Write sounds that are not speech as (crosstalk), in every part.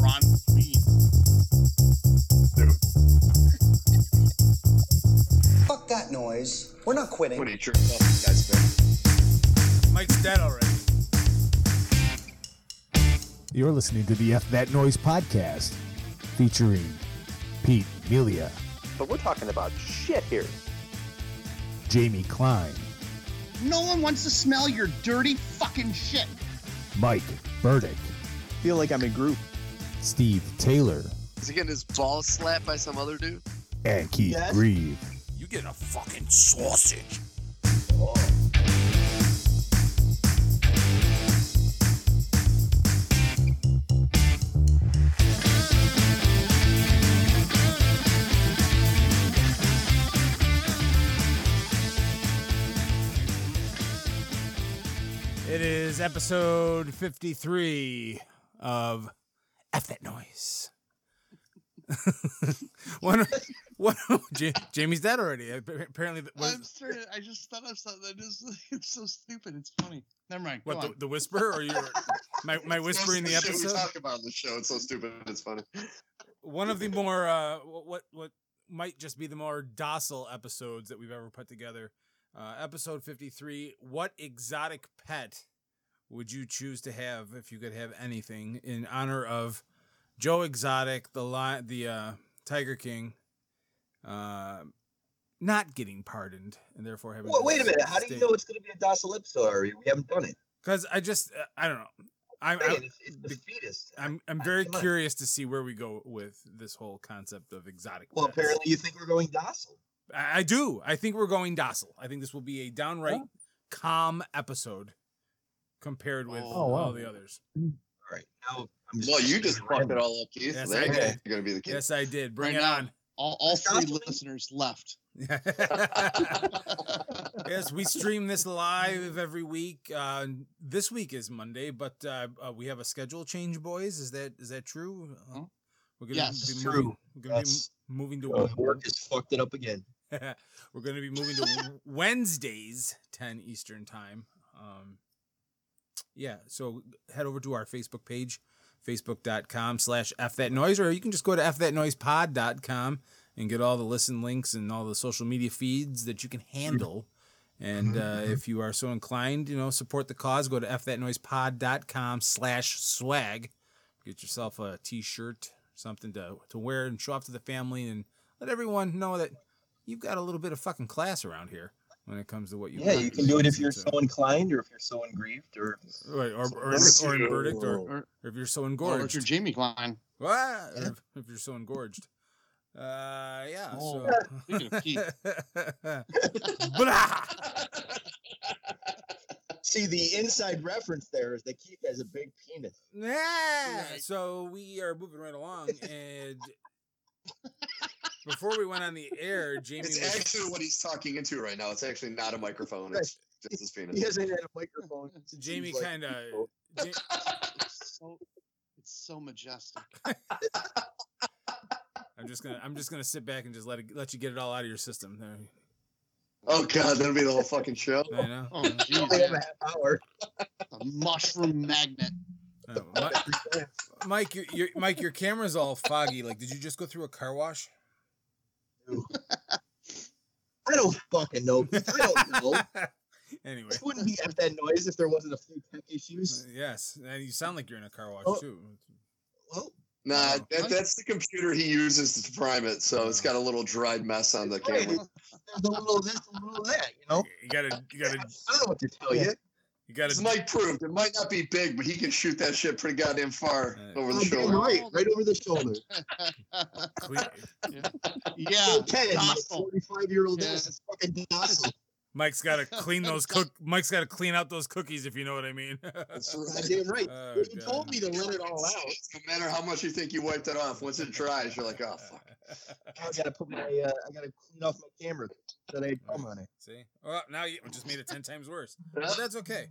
Ron Queen. Fuck that noise. We're not quitting. Pretty sure you guys been. Mike's dead already. You're listening to the F That Noise podcast featuring Pete Melia, But we're talking about shit here. Jamie Klein, No one wants to smell your dirty fucking shit. Mike Burdick, feel like I'm in group. Steve Taylor, Is he getting his ball slapped by some other dude? and Keith Yes. Grieve. You get a fucking sausage. It is episode 53 of F That Noise. (laughs) one, one, Ja- Jamie's dead already. Apparently, the- I'm sorry. I just thought of something. That is, (laughs) it's so stupid. It's funny. Never mind. Go What the, on. the whisper or you my my whisper in the Shit We episode? talk about on the show. It's so stupid. It's funny. One of the more uh wh- what what might just be the more docile episodes that we've ever put together. Uh, episode fifty three. What exotic pet would you choose to have if you could have anything in honor of Joe Exotic, the li- the uh, Tiger King, uh, not getting pardoned and therefore having. Wait, wait a minute. How do you know it's going to be a docile episode already? We haven't done it. Because I just uh, I don't know. I'm, Man, I'm it's, it's the the- fetus. I'm I'm very come on. curious to see where we go with this whole concept of exotic. Well, pets. apparently you think we're going docile. I, I do. I think we're going docile. I think this will be a downright calm episode compared with Oh, wow. all the others. All right. Now I'm Well, you just fucked it random. all up, Keith. Yes, there I you go. did. You're gonna be the kid. Yes, I did. Bring Right it now. on. all, all three Jocelyn- listeners left. (laughs) yes, we stream this live every week. Uh, this week is Monday, but uh, uh, we have a schedule change, boys. Is that is that true? Uh, we're gonna Yes, be true. moving. We're gonna Yes. be m- moving to Uh, work has fucked it up again. we're going to be moving to (laughs) Wednesdays, 10 Eastern time. Um, yeah, so head over to our Facebook page, facebook.com slash F That Noise, or you can just go to FThatNoisePod.com and get all the listen links and all the social media feeds that you can handle. And uh, if you are so inclined, you know, support the cause, go to FThatNoisePod.com slash swag. Get yourself a t-shirt, something to, to wear and show off to the family and let everyone know that you've got a little bit of fucking class around here when it comes to what you Yeah, you can do it if you're into. so inclined or if you're so engrieved or Right, or, or, Bless or in you. verdict, or, Or, or if you're so or if you're engorged. Jamie Klein. (laughs) Ah, or if, if you're so engorged. Uh, yeah. Oh, (laughs) speaking of Keith. So. (laughs) Blah! see the inside reference there is that Keith has a big penis. Yeah. Right. So we are moving right along, and before we went on the air, Jamie It's was actually what he's talking into right now. It's actually not a microphone. Right. It's just his He penis. hasn't had a (laughs) microphone. since he was Jamie like- kinda- oh, Ja- It's so, it's so majestic. I'm just gonna I'm just gonna sit back and just let it let you get it all out of your system. There, Oh god, that'll be the whole fucking show. I know. Oh, geez, we have yeah. a half hour. a mushroom magnet. Uh, Mi- Mike, your, your Mike, your camera's all foggy. Like, did you just go through a car wash? I don't fucking know. Keith. I don't know. (laughs) anyway, This wouldn't be at that noise if there wasn't a few tech issues. yes, and you sound like you're in a car wash Oh. too. Well, Nah, Oh. that, that's the computer he uses to prime it, so it's got a little dried mess on the Right. camera. there's a little this, a little that, you know. You gotta, you I gotta, don't know what to tell you. you gotta. As Mike proved, it might not be big, but he can shoot that shit pretty goddamn far Right. over the Okay, shoulder. right, right over the shoulder. Cle- yeah, Still can, my docile. 45 year old Oh, Yeah. ass is fucking docile. Mike's gotta clean (laughs) those cook. Mike's gotta clean out those cookies if you know what I mean. (laughs) That's right. Goddamn right. Oh, you God. told me to let it all out. No matter how much you think you wiped it off, once it dries, you're like, oh, fuck. I gotta put my, uh, I gotta clean off my camera that I had cum on it. (laughs) See, well, now you just made it ten times worse, but that's okay.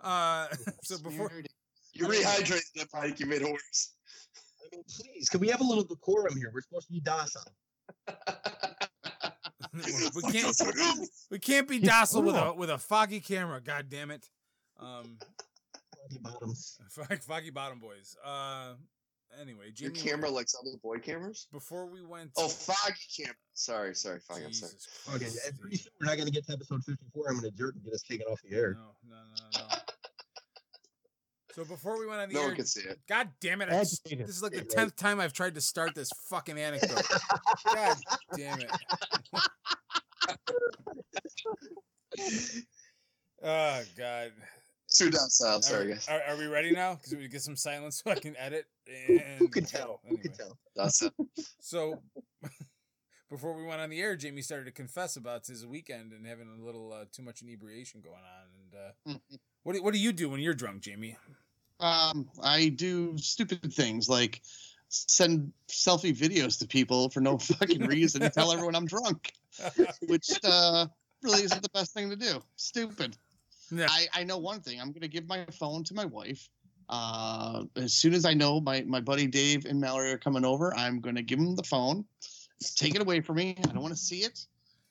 Uh, (laughs) so before You rehydrated that Mike. You made it worse. I mean, please, can we have a little decorum here? We're supposed to be docile. (laughs) we (laughs) can't we can't be docile with a with a foggy camera. God damn it. Um, (laughs) Foggy Bottoms. Fog- Foggy Bottom Boys. Uh, anyway, Your Jamie. camera likes other boy cameras? Before we went. Oh, foggy camera. Sorry, sorry, foggy. I'm sorry. Jesus Okay, Christ, and dude. pretty soon we're not going to get to episode 54. I'm going to jerk and get us taken off the No, air. no, no, no. So before we went on the No air, one can see it. God damn it! I s- Agitated. this is like the Right. tenth time I've tried to start this fucking anecdote. (laughs) God damn it! (laughs) oh God! Two dots. I'm sorry, Are, guys. are, are we ready now? Because we get some silence so I can edit. And Who can tell? Who can Anyway. tell? Dots. So (laughs) before we went on the air, Jamie started to confess about his weekend and having a little uh, too much inebriation going on. And uh, what do, what do you do when you're drunk, Jamie? Um, I do stupid things like send selfie videos to people (laughs) for no fucking reason and tell everyone I'm drunk, which uh, really isn't the best thing to do. Stupid. Yeah. I, I know one thing. I'm gonna give my phone to my wife. Uh, as soon as I know my my buddy Dave and Mallory are coming over, I'm gonna give them the phone. Take it away from me. I don't want to see it.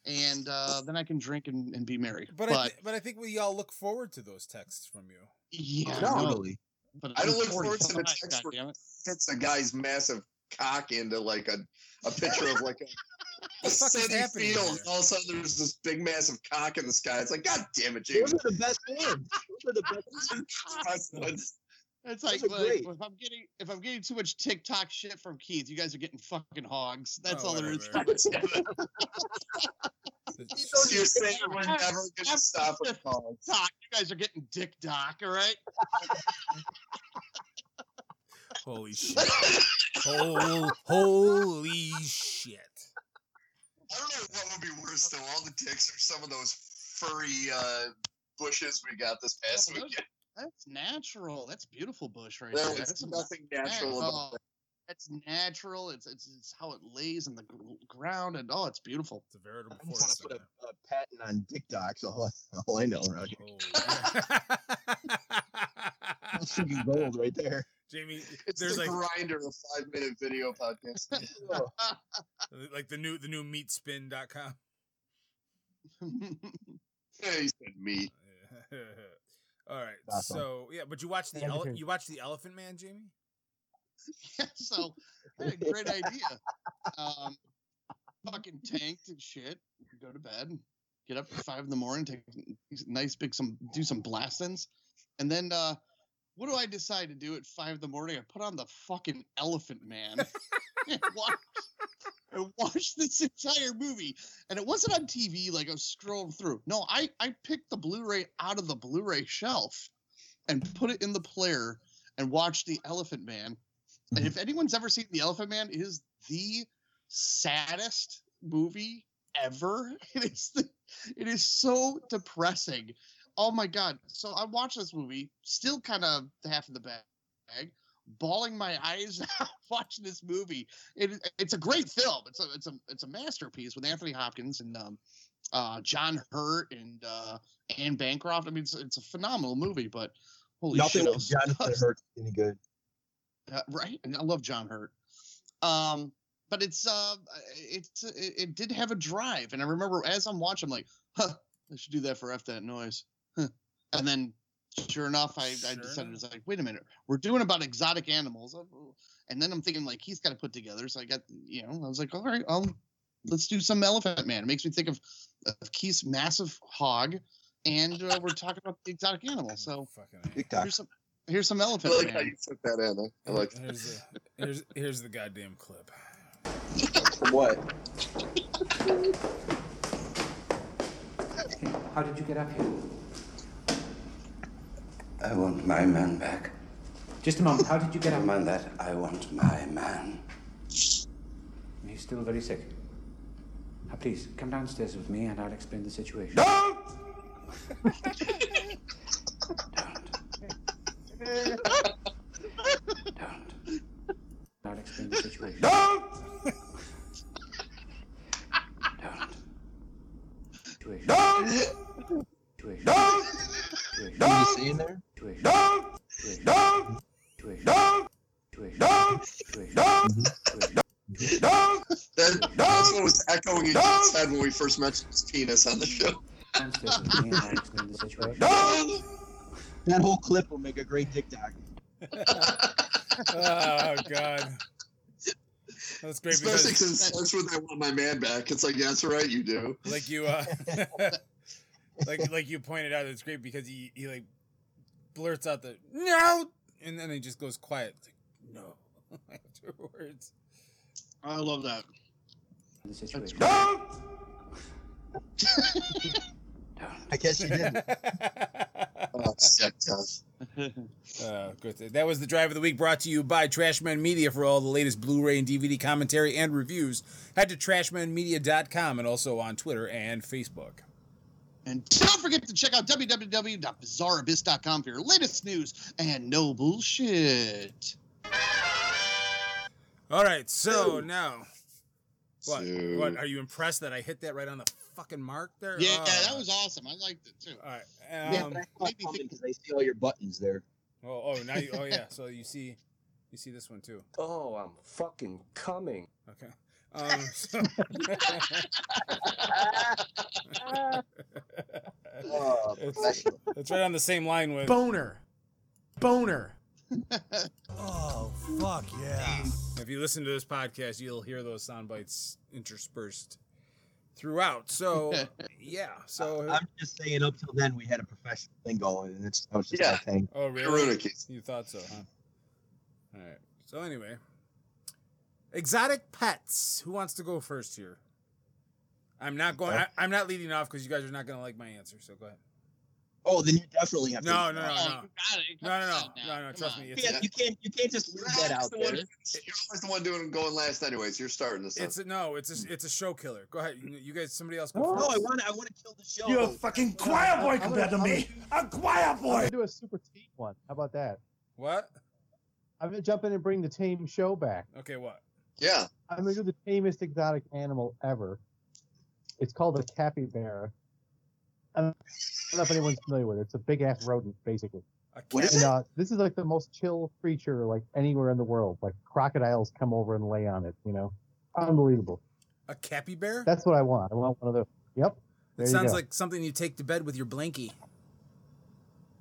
And uh, then I can drink and, and be merry. But I th- but I think we all look forward to those texts from you. yeah, No. no, Totally. but I don't I'm look forward to the 45, text where- goddammit. Fits a guy's massive cock into like a, a picture of (laughs) like a, a fuck is sunny happening field. there? and All of a sudden, there's this big massive cock in the sky. It's like, God damn it, Those James. are the best ones. Those are the (laughs) best (laughs) It's Those like, are like, great. if I'm getting if I'm getting too much TikTok shit from Keith, you guys are getting fucking hogs. That's Oh, all there is. (laughs) whatever. so you're saying we're never going to I'm- stop with calls. Doc, you guys are getting dick doc, all right? Holy shit! Hol- holy shit! I don't know what would be worse though. All the dicks or some of those furry uh, bushes we got this past Yeah, those- weekend. That's natural. That's beautiful bush right There there. was That's some- nothing natural Yeah, about oh, That's natural. It's, it's it's how it lays in the gr- ground, and oh, it's beautiful. (laughs) It's a veritable I'm trying force. to put a, a patent on dick docs. All, I- all I know around here. (laughs) That should be Holy- gold right there. Jamie, It's there's the like grinder of five minute video (laughs) podcast. Oh, like the new the new meatspin.com. yeah, he said me. (laughs) All right. Awesome. So yeah, but you watched the Yeah, ele- because- you watched the Elephant Man, Jamie? Yeah, so (laughs) I had a great idea. Um, fucking tanked and shit. Go to bed. Get up at five in the morning. Take a nice big some. Do some blastings, and then uh, what do I decide to do at five in the morning? I put on the fucking Elephant Man. (laughs) and watch, and watch this entire movie. And it wasn't on TV. Like I was scrolling through. No, I I picked the Blu-ray out of the Blu-ray shelf, and put it in the player and watched the Elephant Man. Mm-hmm. And if anyone's ever seen The Elephant Man, it is the saddest movie ever. (laughs) It is the, it is so depressing. Oh my god! So I watched this movie, still kind of half in the bag, bawling my eyes (laughs) out watching this movie. It, it's a great film. It's a it's a it's a masterpiece with Anthony Hopkins and um, uh, John Hurt and uh, Anne Bancroft. I mean, it's, it's a phenomenal movie, but holy Nothing shit! I with was (laughs) Jonathan stuck. Hurt any good. Uh, right? And I love John Hurt. Um, but it's uh, it's it, it did have a drive, and I remember as I'm watching, I'm like, huh, I should do that for f that noise. Huh. And then, sure enough, I, I Sure decided enough. it's like, wait a minute, we're doing about exotic animals, Oh, and then I'm thinking like he's got to put together. So I got you know, I was like, all right, I'll let's do some Elephant Man. It makes me think of of Keith's massive hog, and uh, we're talking about the exotic animal. So fucking A. Dick docs. here's some here's some I elephant. like man. how you put that in. I, I like (laughs) that. here's, the, here's here's the goddamn clip. What? How did you get up here? I want my man back. Just a moment. How did you get Never up? mind that. I want my man. He's still very sick. Now, please come downstairs with me, and I'll explain the situation. Don't. I'll explain the situation. Don't. Situation. No! Situation. No! Situation. What are you saying there? Situation. No! Situation. No! Situation. No! Situation. No! Situation. No! Situation. That, That's what was echoing in his head when we (laughs) first mentioned his penis on the show. Downstairs with me, and I'll explain the situation. No! That whole clip will make a great TikTok. oh god, that's great. Especially Because, because that's when I want my man back. It's like, yeah, that's right, you do. like you, uh, (laughs) like like you pointed out, it's great because he he like blurts out the no, and then he just goes quiet. It's like, no, (laughs) afterwards. (laughs) I love that. Mm-hmm. The situation. I guess (laughs) you did. Oh, sick, Jeff. Uh, good. That was the drive of the week brought to you by Trashman Media for all the latest Blu ray and DVD commentary and reviews. Head to trashmanmedia.com and also on Twitter and Facebook. And don't forget to check out www.bizarreabyss.com for your latest news and no bullshit. All right, so now. What? So- What? Are you impressed that I hit that right on the fucking mark there? Yeah, Oh. that was awesome. I liked it too. All right. yeah, um, but I saw it maybe think- because I see all your buttons there. oh, oh, now you, oh, yeah. So you see, you see this one too. Oh, I'm fucking coming. Okay. Um, so- (laughs) Oh, it's, it's right on the same line with. Boner. (laughs) Boner. Oh, fuck yeah. If you listen to this podcast, you'll hear those sound bites interspersed throughout. (laughs) So, yeah. So, I'm just saying, up till then, we had a professional thing going, and it's that was just Yeah. my thing. oh, Corona really? case. You thought so, huh? All right. So, anyway, exotic pets. Who wants to go first here? I'm not going. I, I'm not leading off because you guys are not going to like my answer. So go ahead. Oh, then you definitely have No, to. Oh, no, no, no, you got it. no, no, Come no, on now. no, no. Come Trust on. (laughs) me. You It's can't, you can't, you can't just You're leave always that out the one- there. you're always the one doing going last anyway. You're starting this. it's It's a, no. It's a it's a show killer. Go ahead. You guys. Somebody else go No, first. I want to. I want to kill the show. You're a fucking choir boy compared to me. A choir I'm boy. gonna do a super team one. How about that? What? I'm gonna jump in and bring the tame show back. Okay. What? yeah. I'm gonna do the tamest exotic animal ever. It's called a capybara. I don't know if anyone's familiar with it. It's a big ass rodent, basically. A What cat? is And it? uh, this is like the most chill creature like anywhere in the world. Like crocodiles come over and lay on it. You know, unbelievable. A capybara? That's what I want. I want one of those. Yep. There It you sounds go. like something you take to bed with your blankie. (laughs)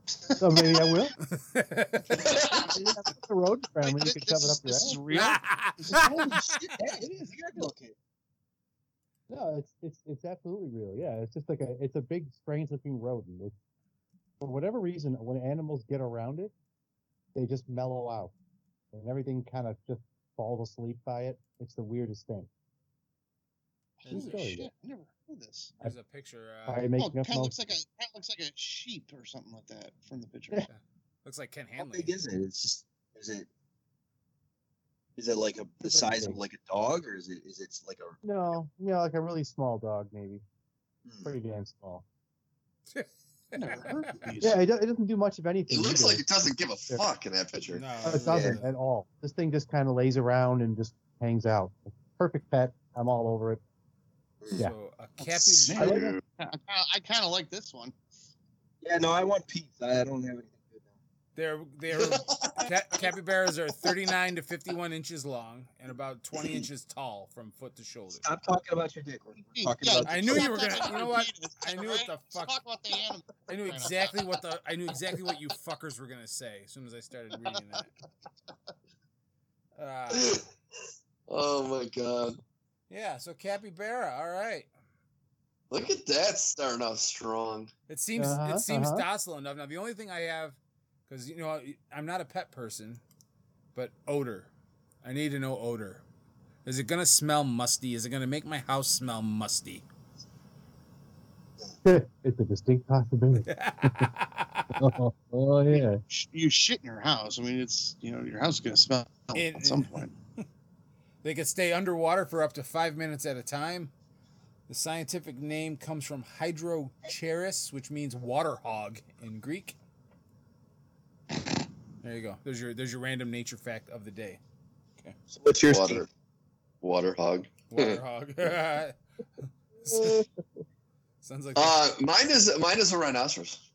So maybe I will. That's (laughs) Maybe that's the rodent Wait, family. this, You can shove it is, up your this ass. is real. (laughs) Holy shit! Yeah, it (laughs) is. You gotta look at it. No, it's it's it's absolutely real. Yeah, it's just like a it's a big strange looking rodent. It's, for whatever reason, when animals get around it, they just mellow out, and everything kind of just falls asleep by it. It's the weirdest thing. Holy True story. shit! I never heard of this. There's a picture. Uh, I make Oh, kind enough of mo- looks like a kind of looks like a sheep or something like that from the picture. (laughs) looks like Ken How Hanley. big is it? It's just. Is it? Is it like a the size of like a dog, or is it? Is it like a? no, yeah, like a really small dog, maybe hmm. pretty damn small. I've (laughs) never heard of these. Yeah, it, do- it doesn't do much of anything. It looks either. like it doesn't give a fuck in that picture. No, No, it doesn't at all. This thing just kind of lays around and just hangs out. Perfect pet. I'm all over it. Yeah. So a Sick. capybara. I kinda- I kind of like this one. Yeah, no, I want Pete's. I, I don't have anything good now. They're they're ca- capybaras are 39 to 51 inches long and about 20 inches tall from foot to shoulder. Stop talking about your dick. We're, we're talking Yeah, about. I knew you were sometimes gonna- you know I what? read this, I knew what right? the fuck- Talk about the animal. I knew exactly what the I knew exactly what you fuckers were gonna say as soon as I started reading that. Uh, (laughs) Oh my god. yeah, so capybara. All right. Look at that starting off strong. It seems Uh-huh, it seems uh-huh. docile enough. Now the only thing I have, because you know I- I'm not a pet person, but odor. I need to know odor. Is it gonna smell musty? Is it gonna make my house smell musty? (laughs) it's a distinct possibility. Oh, oh, yeah. Sh- You shit in your house. I mean, it's you know your house is gonna smell It- at some point. they could stay underwater for up to five minutes at a time. The scientific name comes from hydrocharis, which means water hog in Greek. There you go. There's your there's your random nature fact of the day. So what's your Water. Water hog. Water hog. (laughs) Sounds like Uh, mine is mine is a rhinoceros.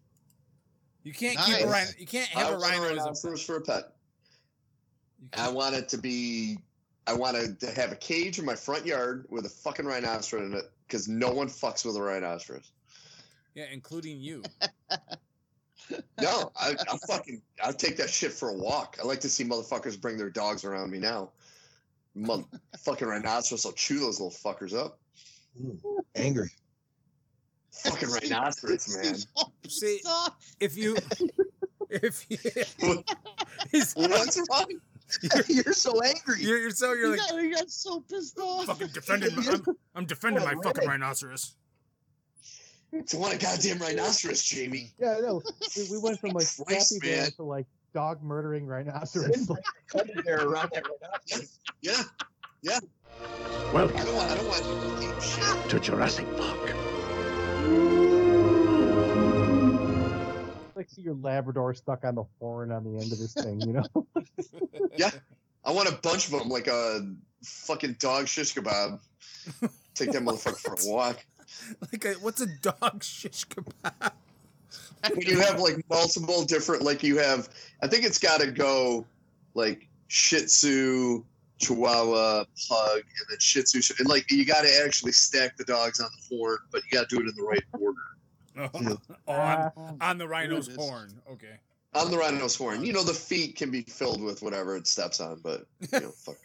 You can't keep a rhino. Nice. You can't I have a want rhino as a rhinoceros for a pet. you I can't- want it to be. I wanted to have a cage in my front yard with a fucking rhinoceros in it because no one fucks with a rhinoceros. yeah, including you. no, I, I fucking I'll take that shit for a walk. I like to see motherfuckers bring their dogs around me now. Mother, fucking rhinoceros will chew those little fuckers up. Angry. (laughs) Fucking rhinoceros, man. See, if you, if you, (laughs) (laughs) What's wrong? (laughs) you're so angry. (laughs) You're, you're so you're he, like got, he got so pissed (laughs) off. fucking defending. My, I'm, I'm defending my fucking rhinoceros. It's one of goddamn rhinoceros, Jamie. Yeah, I know. We, we went from like Christ, Flappy Bird man. to like dog murdering rhinoceros. They're around that rhinoceros. Yeah, yeah. I Welcome don't want. I don't want to eat shit. to Jurassic Park. like see your Labrador stuck on the horn on the end of this thing, you know? Yeah, I want a bunch of them, like a fucking dog shish kebab. Take that motherfucker for (laughs) a walk. (laughs) Like, a, what's a dog (laughs) shish kebab? When you have like multiple different, like you have, I think it's got to go like Shih Tzu, Chihuahua, Pug, and then Shih Tzu. And like you got to actually stack the dogs on the horn, but you got to do it in the right order. Oh, (laughs) on on the rhino's Uh, Goodness. horn. Okay. On the rhino's horn, you know the feet can be filled with whatever it steps on, but you know, fuck,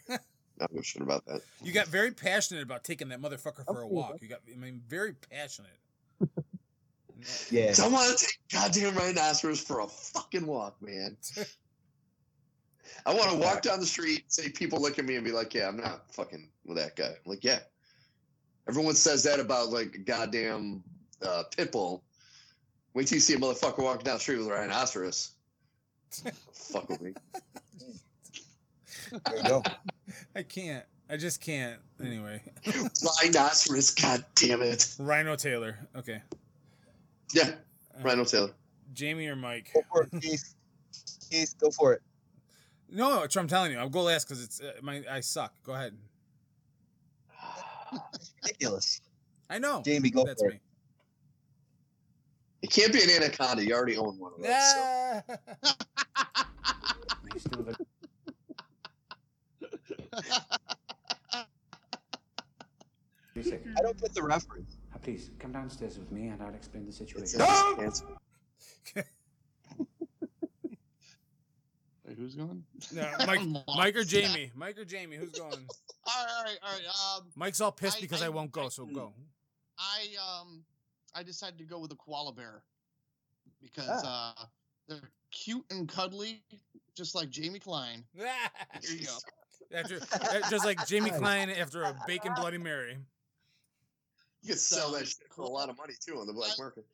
not no shit about that. You got very passionate about taking that motherfucker for a Okay. walk. You got, I mean, very (laughs) passionate. Yeah. So I want to take goddamn rhinoceros for a fucking walk, man. I want to walk down the street, see people look at me and be like, "Yeah, I'm not fucking with that guy." I'm like, yeah. Everyone says that about like a goddamn uh, pit bull. Wait till you see a motherfucker walking down the street with a rhinoceros. Fuck with me. There you go. I can't. I just can't. Anyway, Rhinoceros, god damn it. Rhino Taylor. Okay. Yeah, Uh, Rhino Taylor. Jamie or Mike? Go for it, Keith. Keith, go for it. No, it's what I'm telling you. I'll go last because it's uh, my. I suck. Go ahead. Ridiculous. I know. Jamie, go That's for me. It can't be an anaconda. You already own one of those. so. Yeah. He's still very- Be sick. it. I don't get the reference. Ah, Uh, please, come downstairs with me and I'll explain the It's situation. a- it's- Wait, who's going? (laughs) No, Mike, I'm lost. Mike or Jamie? Mike or Jamie? Who's going? All right, all right, all right. Um, Mike's all pissed I- because I, I- won't go. I- So (laughs) go. I um, I decided to go with a koala bear because uh, they're cute and cuddly, just like Jamie Klein. There you (laughs) go. after, uh, just like Jamie Nice. Klein after a bacon Bloody Mary. You could sell that shit for a lot of money too on the black market.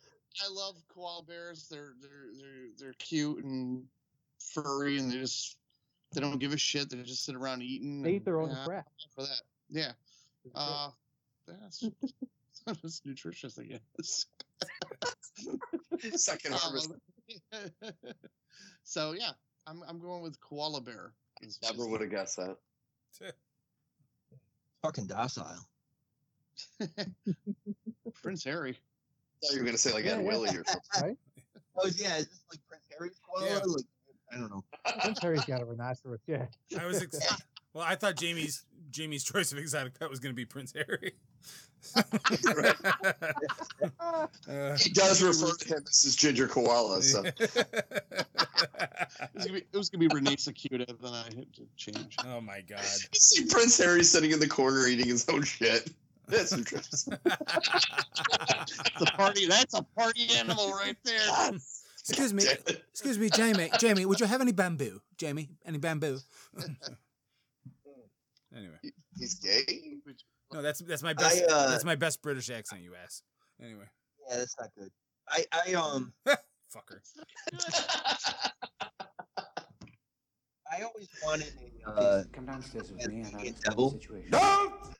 I love koala bears. They're they're they're they're cute and furry, and they just they don't give a shit. They just sit around eating. They and- eat their own yeah, crap. for that. Yeah. Uh, that's that's nutritious, I guess. (laughs) Second harvest. Um, (laughs) so yeah, I'm I'm going with koala bear. is- is Never would have guessed that. Fucking docile. (laughs) Prince Harry. thought you were gonna say like Yeah, Ed yeah. Willie or something. (laughs) Oh yeah, is this like Prince Harry's koala? Yeah. Like, I don't know. Prince Harry's got a rhinoceros, yeah. I was ex- well. I thought Jamie's Jamie's choice of exotic pet was going to be Prince Harry. (laughs) Uh, He does refer to him as his ginger koala. So It was gonna be, it was gonna be Renee Secuta, then I had to change. (laughs) oh my (laughs) god. you see Prince Harry sitting in the corner eating his own shit. That's interesting. That's a party. That's a party animal right there. Excuse me, excuse me, Jamie. Jamie, would you have any bamboo? Jamie, any bamboo? (laughs) anyway, He's gay. no, that's that's my best. I uh, that's my best British accent, you ass. Anyway, yeah, that's not good. I I um fucker. I always wanted a Please, uh, come downstairs with that me and I'll vegan explain devil. the situation.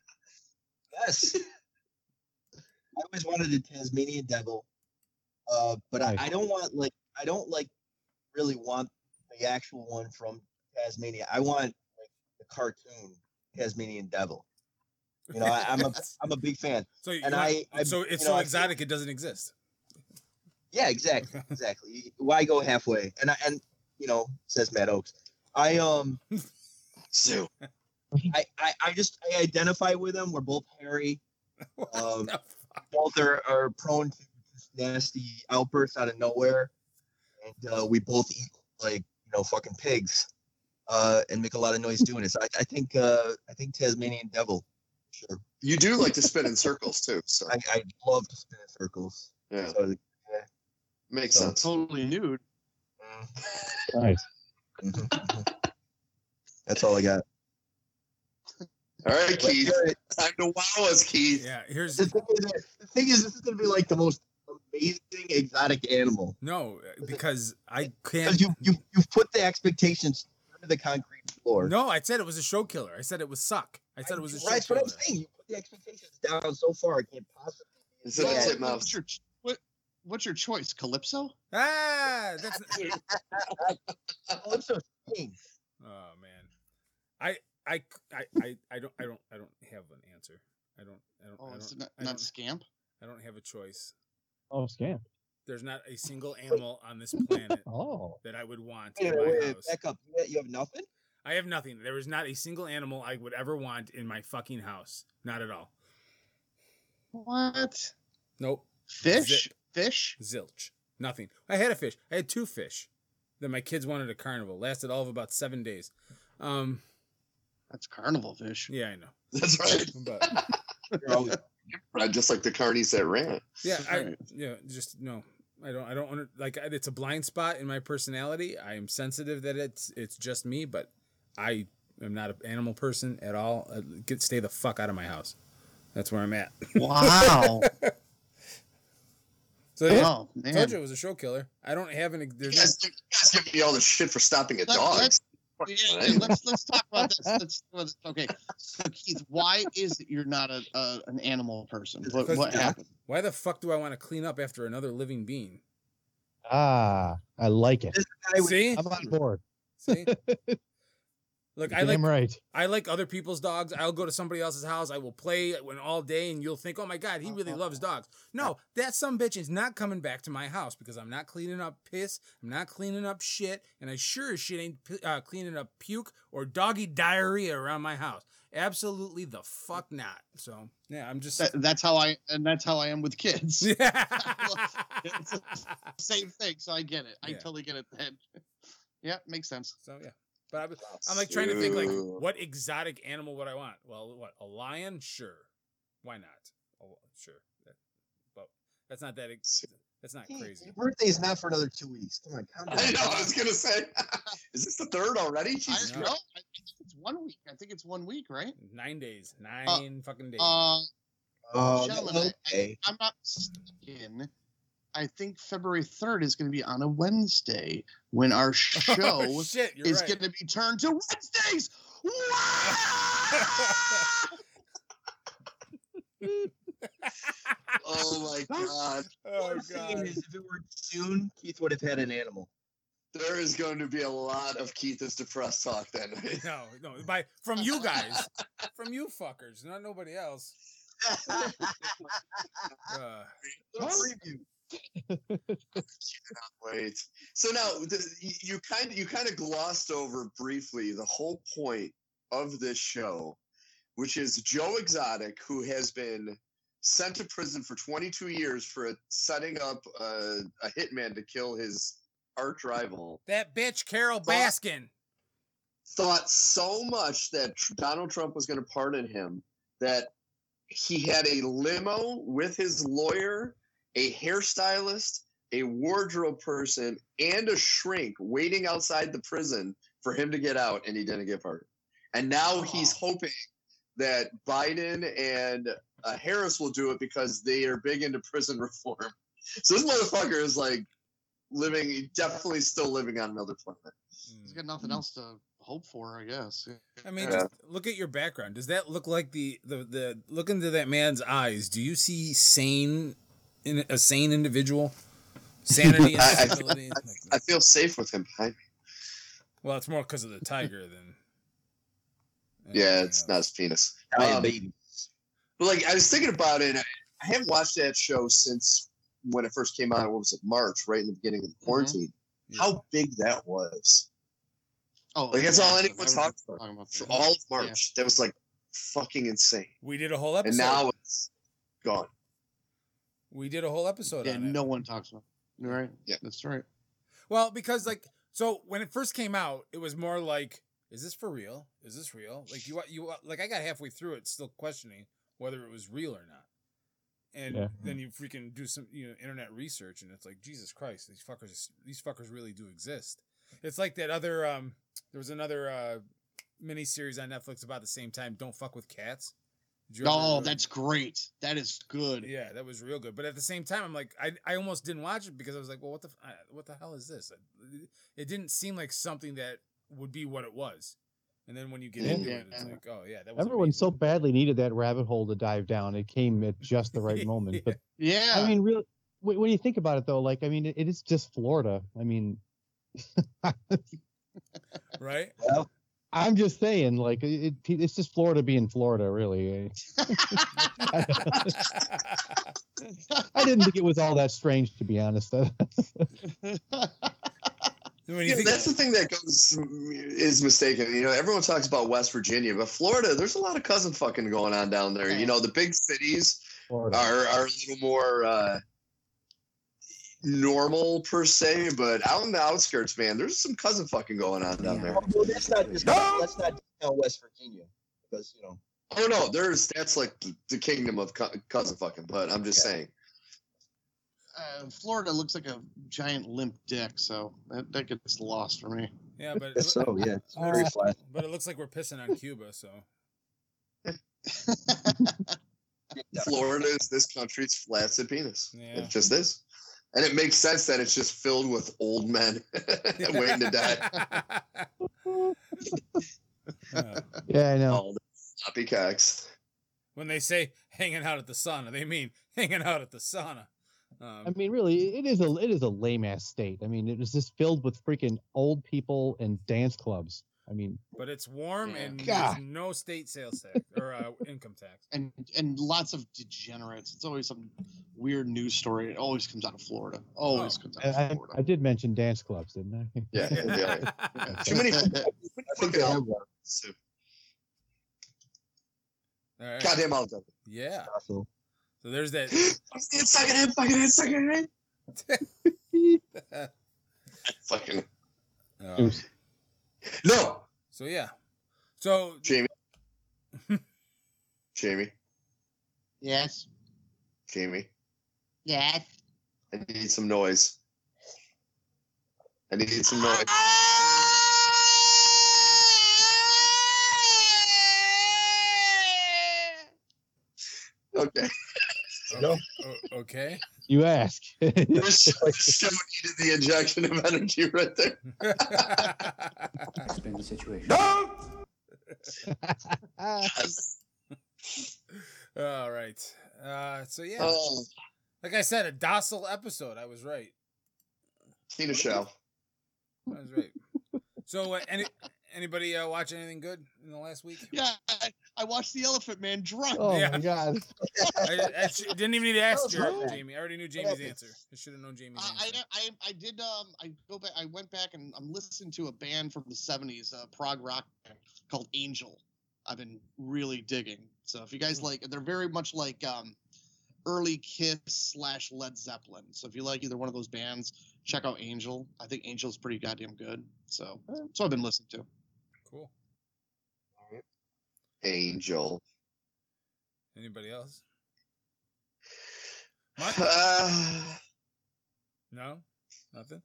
yes. (laughs) I always wanted a Tasmanian devil, uh, but I, I don't want like I don't like really want the actual one from Tasmania. I want like the cartoon Tasmanian devil. You know, I, (laughs) I'm a I'm a big fan. so you and want- I- I- so it's you so know, I- exotic it doesn't exist. (laughs) Yeah, exactly, exactly. You- Why go halfway? And I and you know says Matt Oakes. I um Zoo. I, I I just I identify with them. We're both hairy. What Um, the both are, are prone to just nasty outbursts out of nowhere. and uh, we both eat like you know fucking pigs, uh, and make a lot of noise doing it. So I, I think uh, I think Tasmanian devil. Sure. You do like to spin in circles too. So I, I love to spin in circles. Yeah. So, yeah. (laughs) Makes So- sense. Totally nude. Nice. mm-hmm. That's all I got. uh, All right, Keith. Time to wow us, Keith. Yeah, here's The thing is, the thing is this is going to be like the most amazing exotic animal. No, because I Because can't. you, you, you've put the expectations under the concrete floor. No, I said it was a show killer. I said it was suck. I said it was a Right, show that's what killer. I'm saying. You put the expectations down so far, it can't possibly be. Is it a bad. titmouse? What's your what? What's your choice? Calypso? Ah, that's I'm (laughs) so stinking. oh man, I I c- I I, I don't I don't I don't have an answer. I don't I don't Oh, I it's don't, not, I not don't- scamp. I don't have a choice. Oh, scam. There's not a single animal on this planet Oh, that I would want Wait a in minute, my wait a minute, house. back up. You have- You have nothing? I have nothing. There is not a single animal I would ever want in my fucking house. Not at all. What? Nope. Fish? Fish? Zilch. Nothing. I had a fish. I had two fish that my kids wanted at carnival. Lasted all of about seven days. Um, That's carnival fish. yeah, I know. That's right. (laughs) But You're always- Right, just like the carnies that ran it. yeah, I Right. yeah, just no. I don't. I don't under, like. I- It's a blind spot in my personality. I am sensitive that it's it's just me, but I am not an animal person at all. Uh, Get stay the fuck out of my house. That's where I'm at. Wow. So yeah, oh I man. told you it was a show killer. I don't have any. You There's no guys, you guys give me all this shit for stopping a Let- dog. let's- Yeah, yeah, let's let's talk about this. Let's talk about this. Okay, so Keith, why is it you're not a, a an animal person? What, Because- what happened? Why the fuck do I want to clean up after another living being? ah, I like it. This guy was See, I'm on board. see. Look, I Damn like right. I like other people's dogs. I'll go to somebody else's house. I will play when all day, and you'll think, "Oh my god, he really loves dogs." No, that some bitch is not coming back to my house because I'm not cleaning up piss. I'm not cleaning up shit, and I sure as shit ain't p- uh, cleaning up puke or doggy diarrhea around my house. Absolutely the fuck not. So yeah, I'm just (laughs) That, that's how I and that's how I am with kids. yeah. (laughs) Same thing. So I get it. I Yeah. totally get it. And- (laughs) yeah, makes sense. (laughs) So yeah, but I was, I'm like trying to think like what exotic animal would I want? Well, what a lion? Sure, why not? Oh, sure, That- but that's not that ex- that's not crazy. Your birthday's not for another two weeks. Come on, calm down. I know. I was gonna say, (laughs) is this the third already? I Jesus don't Yeah. know. Christ. I think it's one week. I think it's one week, right? Nine days, nine fucking days. Uh, Um, Gentlemen, I- okay. I'm not mistaken. I think February 3rd is going to be on a Wednesday (laughs) when our show (laughs) oh, shit, you're is right. going (laughs) to be turned to Wednesdays. Oh my god, oh what I'm saying god. is, if it were June, Keith would have had an animal. there is going to be a lot of Keith is depressed talk that (laughs) night. No, no, by from you (laughs) guys, from you fuckers, not nobody else. Uh, Preview. (laughs) Wait. So now th- you kind of you kind of glossed over briefly the whole point of this show, which is Joe Exotic, who has been sent to prison for 22 years for setting up a, a hitman to kill his arch rival. that bitch Carol Baskin. Thought so much that Tr- Donald Trump was going to pardon him that he had a limo with his lawyer, a hairstylist, a wardrobe person, and a shrink waiting outside the prison for him to get out, and he didn't get pardoned. And now he's hoping that Biden and uh, Harris will do it because they are big into prison (laughs) reform. So this motherfucker is like living, definitely still living on another planet. He's Mm. got nothing else to hope for, I guess. I mean, Yeah. just look at your background. Does that look like the the the look into that man's eyes? Do you see sane in a sane individual? (laughs) Sanity and I- I- stability. I feel safe with him behind me. well, it's more because of the tiger than. Yeah, anything it's not else. his penis. Um, Diabetes. But like I was thinking about it, and I, I haven't watched that show since when it first came out. What was it, March? Right in the beginning of the quarantine. Yeah. How big that was Oh, Like, that's all yeah, anyone everyone's talks about. talking about for that. all of March. That was like fucking insane. We did a whole episode. And now it's gone. we did a whole episode Yeah, on it. no one talks about it. You're right. Yeah. That's right. Well, because like so when it first came out, it was more like, is this for real? Is this real? Like you you like I got halfway through it still questioning whether it was real or not. And Yeah. then you freaking do some you know internet research and it's like Jesus Christ, these fuckers these fuckers really do exist. It's like that other um there was another uh mini series on Netflix about the same time, Don't Fuck with Cats. Did you ever- Oh, that's great. That is good. yeah, that was real good. But at the same time, I'm like, I, I almost didn't watch it because I was like, well, what the f- I- what the hell is this? It didn't seem like something that would be what it was. And then when you get Yeah. into Yeah. it, it's like, oh yeah, that was Everyone so badly needed that rabbit hole to dive down. It came at just the right moment. But yeah, I mean, really, when when you think about it, though, like I mean, it, it is just Florida. I mean, (laughs) right. I'm just saying, like it, it- it's just Florida being Florida, really. (laughs) (laughs) I didn't think it was all that strange, to be honest. (laughs) You know, that's the thing that goes is mistaken. You know, everyone talks about West Virginia, but Florida, there's a lot of cousin fucking going on down there. You know, the big cities Florida. are are a little more uh, normal per se, but out in the outskirts, man, there's some cousin fucking going on down there. Well, that's not just that's not discount West Virginia because you know Oh no, there's that's like the, the kingdom of cou- cousin fucking. But I'm just saying, uh, Florida looks like a giant limp dick, so that, that gets lost for me. Yeah, but Guess so, yeah, it's Uh, very flat. But it looks like we're pissing on Cuba, (laughs) so Florida is this country's flaccid penis. Yeah. It just is, and it makes sense that it's just filled with old men (laughs) waiting to (laughs) die. Uh, yeah, I know. All the sloppy cocks. when they say hanging out at the sauna, they mean hanging out at the sauna. Um, I mean, really, it is a it is a lame ass state. I mean, it is just filled with freaking old people and dance clubs. I mean, but it's warm and there's God. no state sales tax or uh, income (laughs) tax. And and lots of degenerates. It's always some weird news story. It always comes out of Florida. Always Oh. comes out I, of I, Florida. I did mention dance clubs, didn't I? (laughs) Yeah, yeah. Too many. fucking oligarchs, too. All right. Goddamn oligarchs. Yeah. So there's that. It's sucking in, fucking in, sucking in. fucking. No. Uh, So yeah. So Jamie. Jamie. Yes. Jamie. Yes. I need some noise. I need some noise. Okay. No. Okay. (laughs) You ask. (laughs) (laughs) Oh This show needed the injection of energy right there. Explain the situation. All right. Uh, so yeah. Oh. Like I said, a docile episode. I was right. Need a show. I was right. So uh, any anybody uh, watch anything good in the last week? Yeah, I, I watched the Elephant Man drunk. Oh my Yeah. god! I, I sh- didn't even need to ask That was Jer- perfect. Jamie. I already knew Jamie's answer. I should have known Jamie's answer. I, I, I did um I go back I went back and I'm listening to a band from the 70s uh, prog rock band called Angel. I've been really digging. So if you guys like, they're very much like um early Kiss slash Led Zeppelin. So if you like either one of those bands, check out Angel. I think Angel's pretty goddamn good. So so I've been listening to. Cool. Angel. Anybody else? Uh, No, nothing.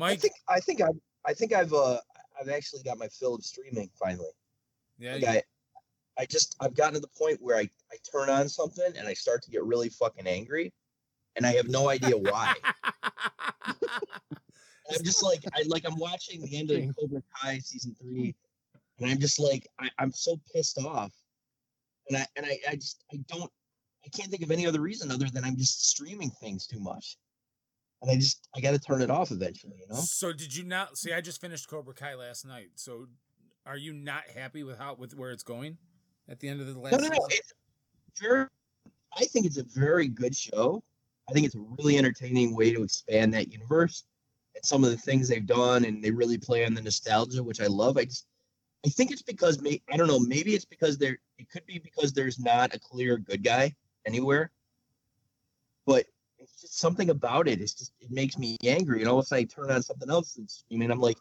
I think I think I've I think I've uh I've actually got my fill of streaming finally. Yeah. (laughs) Like I, I just I've gotten to the point where I I turn on something and I start to get really fucking angry, and I have no idea why. And I'm just like I like I'm watching the end of Cobra Kai season three, and I'm just like I, I'm so pissed off, and I and I I just I don't I can't think of any other reason other than I'm just streaming things too much, and I just I got to turn it off eventually, you know. So did you not see? I just finished Cobra Kai last night. So are you not happy with how with where it's going at the end of the last? No, no, no. season? It's very, I think it's a very good show. I think it's a really entertaining way to expand that universe and some of the things they've done, and they really play on the nostalgia, which I love. I just, I think it's because may, I don't know. Maybe it's because there. It could be because there's not a clear good guy anywhere. But just something about it. It's just it makes me angry. And all of a sudden, I turn on something else and scream, and I'm like,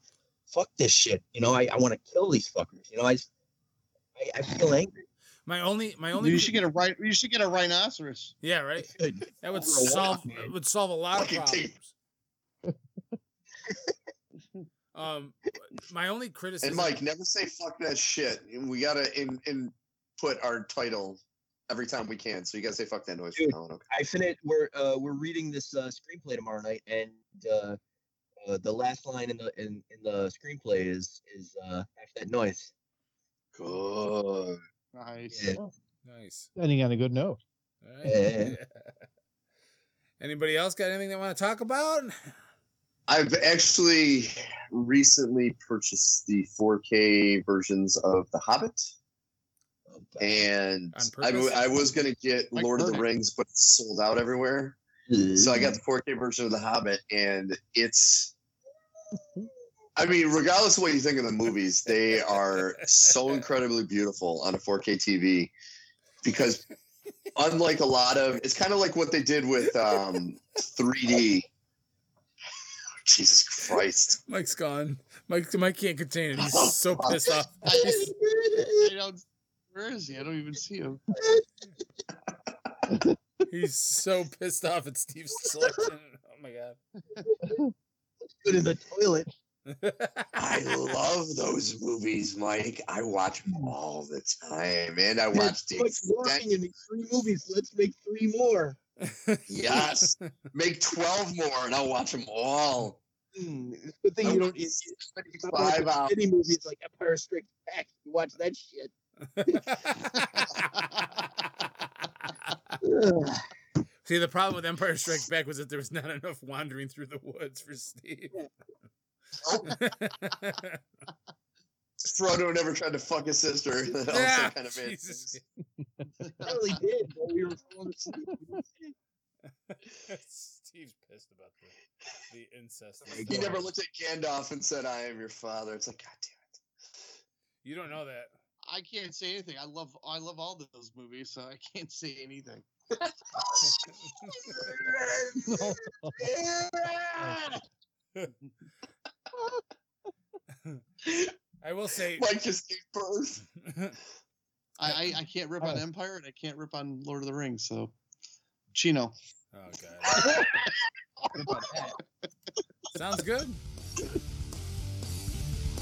"Fuck this shit!" You know, I, I want to kill these fuckers. You know, I, just- I I feel angry. My only, my only. You should get a right. You should get a rhinoceros. Yeah, right. That would Over a walk, solve man. that would solve a lot of Fucking problems. take- um, my only criticism. And Mike, never say fuck that shit. And We gotta in in put our title every time we can. So you gotta say fuck that noise. from now on, okay? I finished. We're uh, we're reading this uh, screenplay tomorrow night, and uh, uh, the last line in the in, in the screenplay is is uh, "Half that noise. Good. Nice. Yeah. Nice. Ending on a good note. All right. (laughs) Anybody else got anything they want to talk about? I've actually recently purchased the 4K versions of The Hobbit, oh, and On I, w- purpose? I was gonna get Like Lord of the perfect. Rings, but it's sold out everywhere. So I got the 4K version of The Hobbit, and it's. I mean, regardless of what you think of the movies, they are so incredibly beautiful on a 4K TV because, unlike a lot of, it's kind of like what they did with um, 3D. Jesus Christ. Mike's gone. Mike, Mike can't contain it. (laughs) He's so pissed off. He's- I don't. Where is he? I don't even see him. He's so pissed off at Steve's selection. Oh my god. (laughs) Good in the toilet. I love those movies, Mike. I watch them all the time, and I watch the Quit working in these three movies. Let's make three more. (laughs) yes, make twelve more, and I'll watch them all. Hmm, it's a good thing I you don't. watched It's, it's not Five like hours. any movies like Empire Strikes Back. You watch that shit. See, the problem with Empire Strikes Back was that there was not enough wandering through the woods for Steve. (laughs) Frodo never tried to fuck his sister. (laughs) That also yeah, kind of made Jesus. Probably did. While we were falling (laughs) asleep. Steve's pissed about the, the incest. sense. He never looked at Gandalf and said, "I am your father." It's like, God damn You don't know that. (laughs) I can't say anything. I love. I love all those movies, so I can't say anything. (laughs) (laughs) I will say, it! Mike just gave birth. I, I, I can't rip on Empire and I can't rip on Lord of the Rings. So, Chino. (laughs) oh god, sounds good.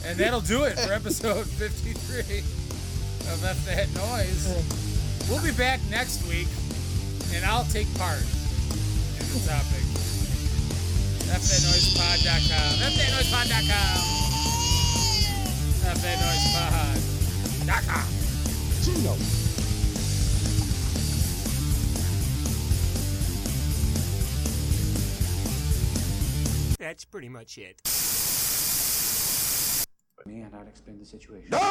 And that'll do it for episode (laughs) 53 of F That Noise. We'll be back next week, and I'll take part in the topic. FThatNoisePod.com. FThatNoisePod.com. FThatNoisePod.com. Gino. That's pretty much it. Me and I'll explain the situation. (laughs)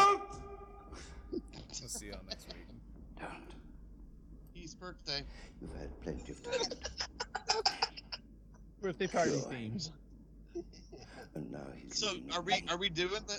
We'll see y'all next week. His birthday. You've had plenty of time. Birthday party themes. And now he's So, are we are we doing that?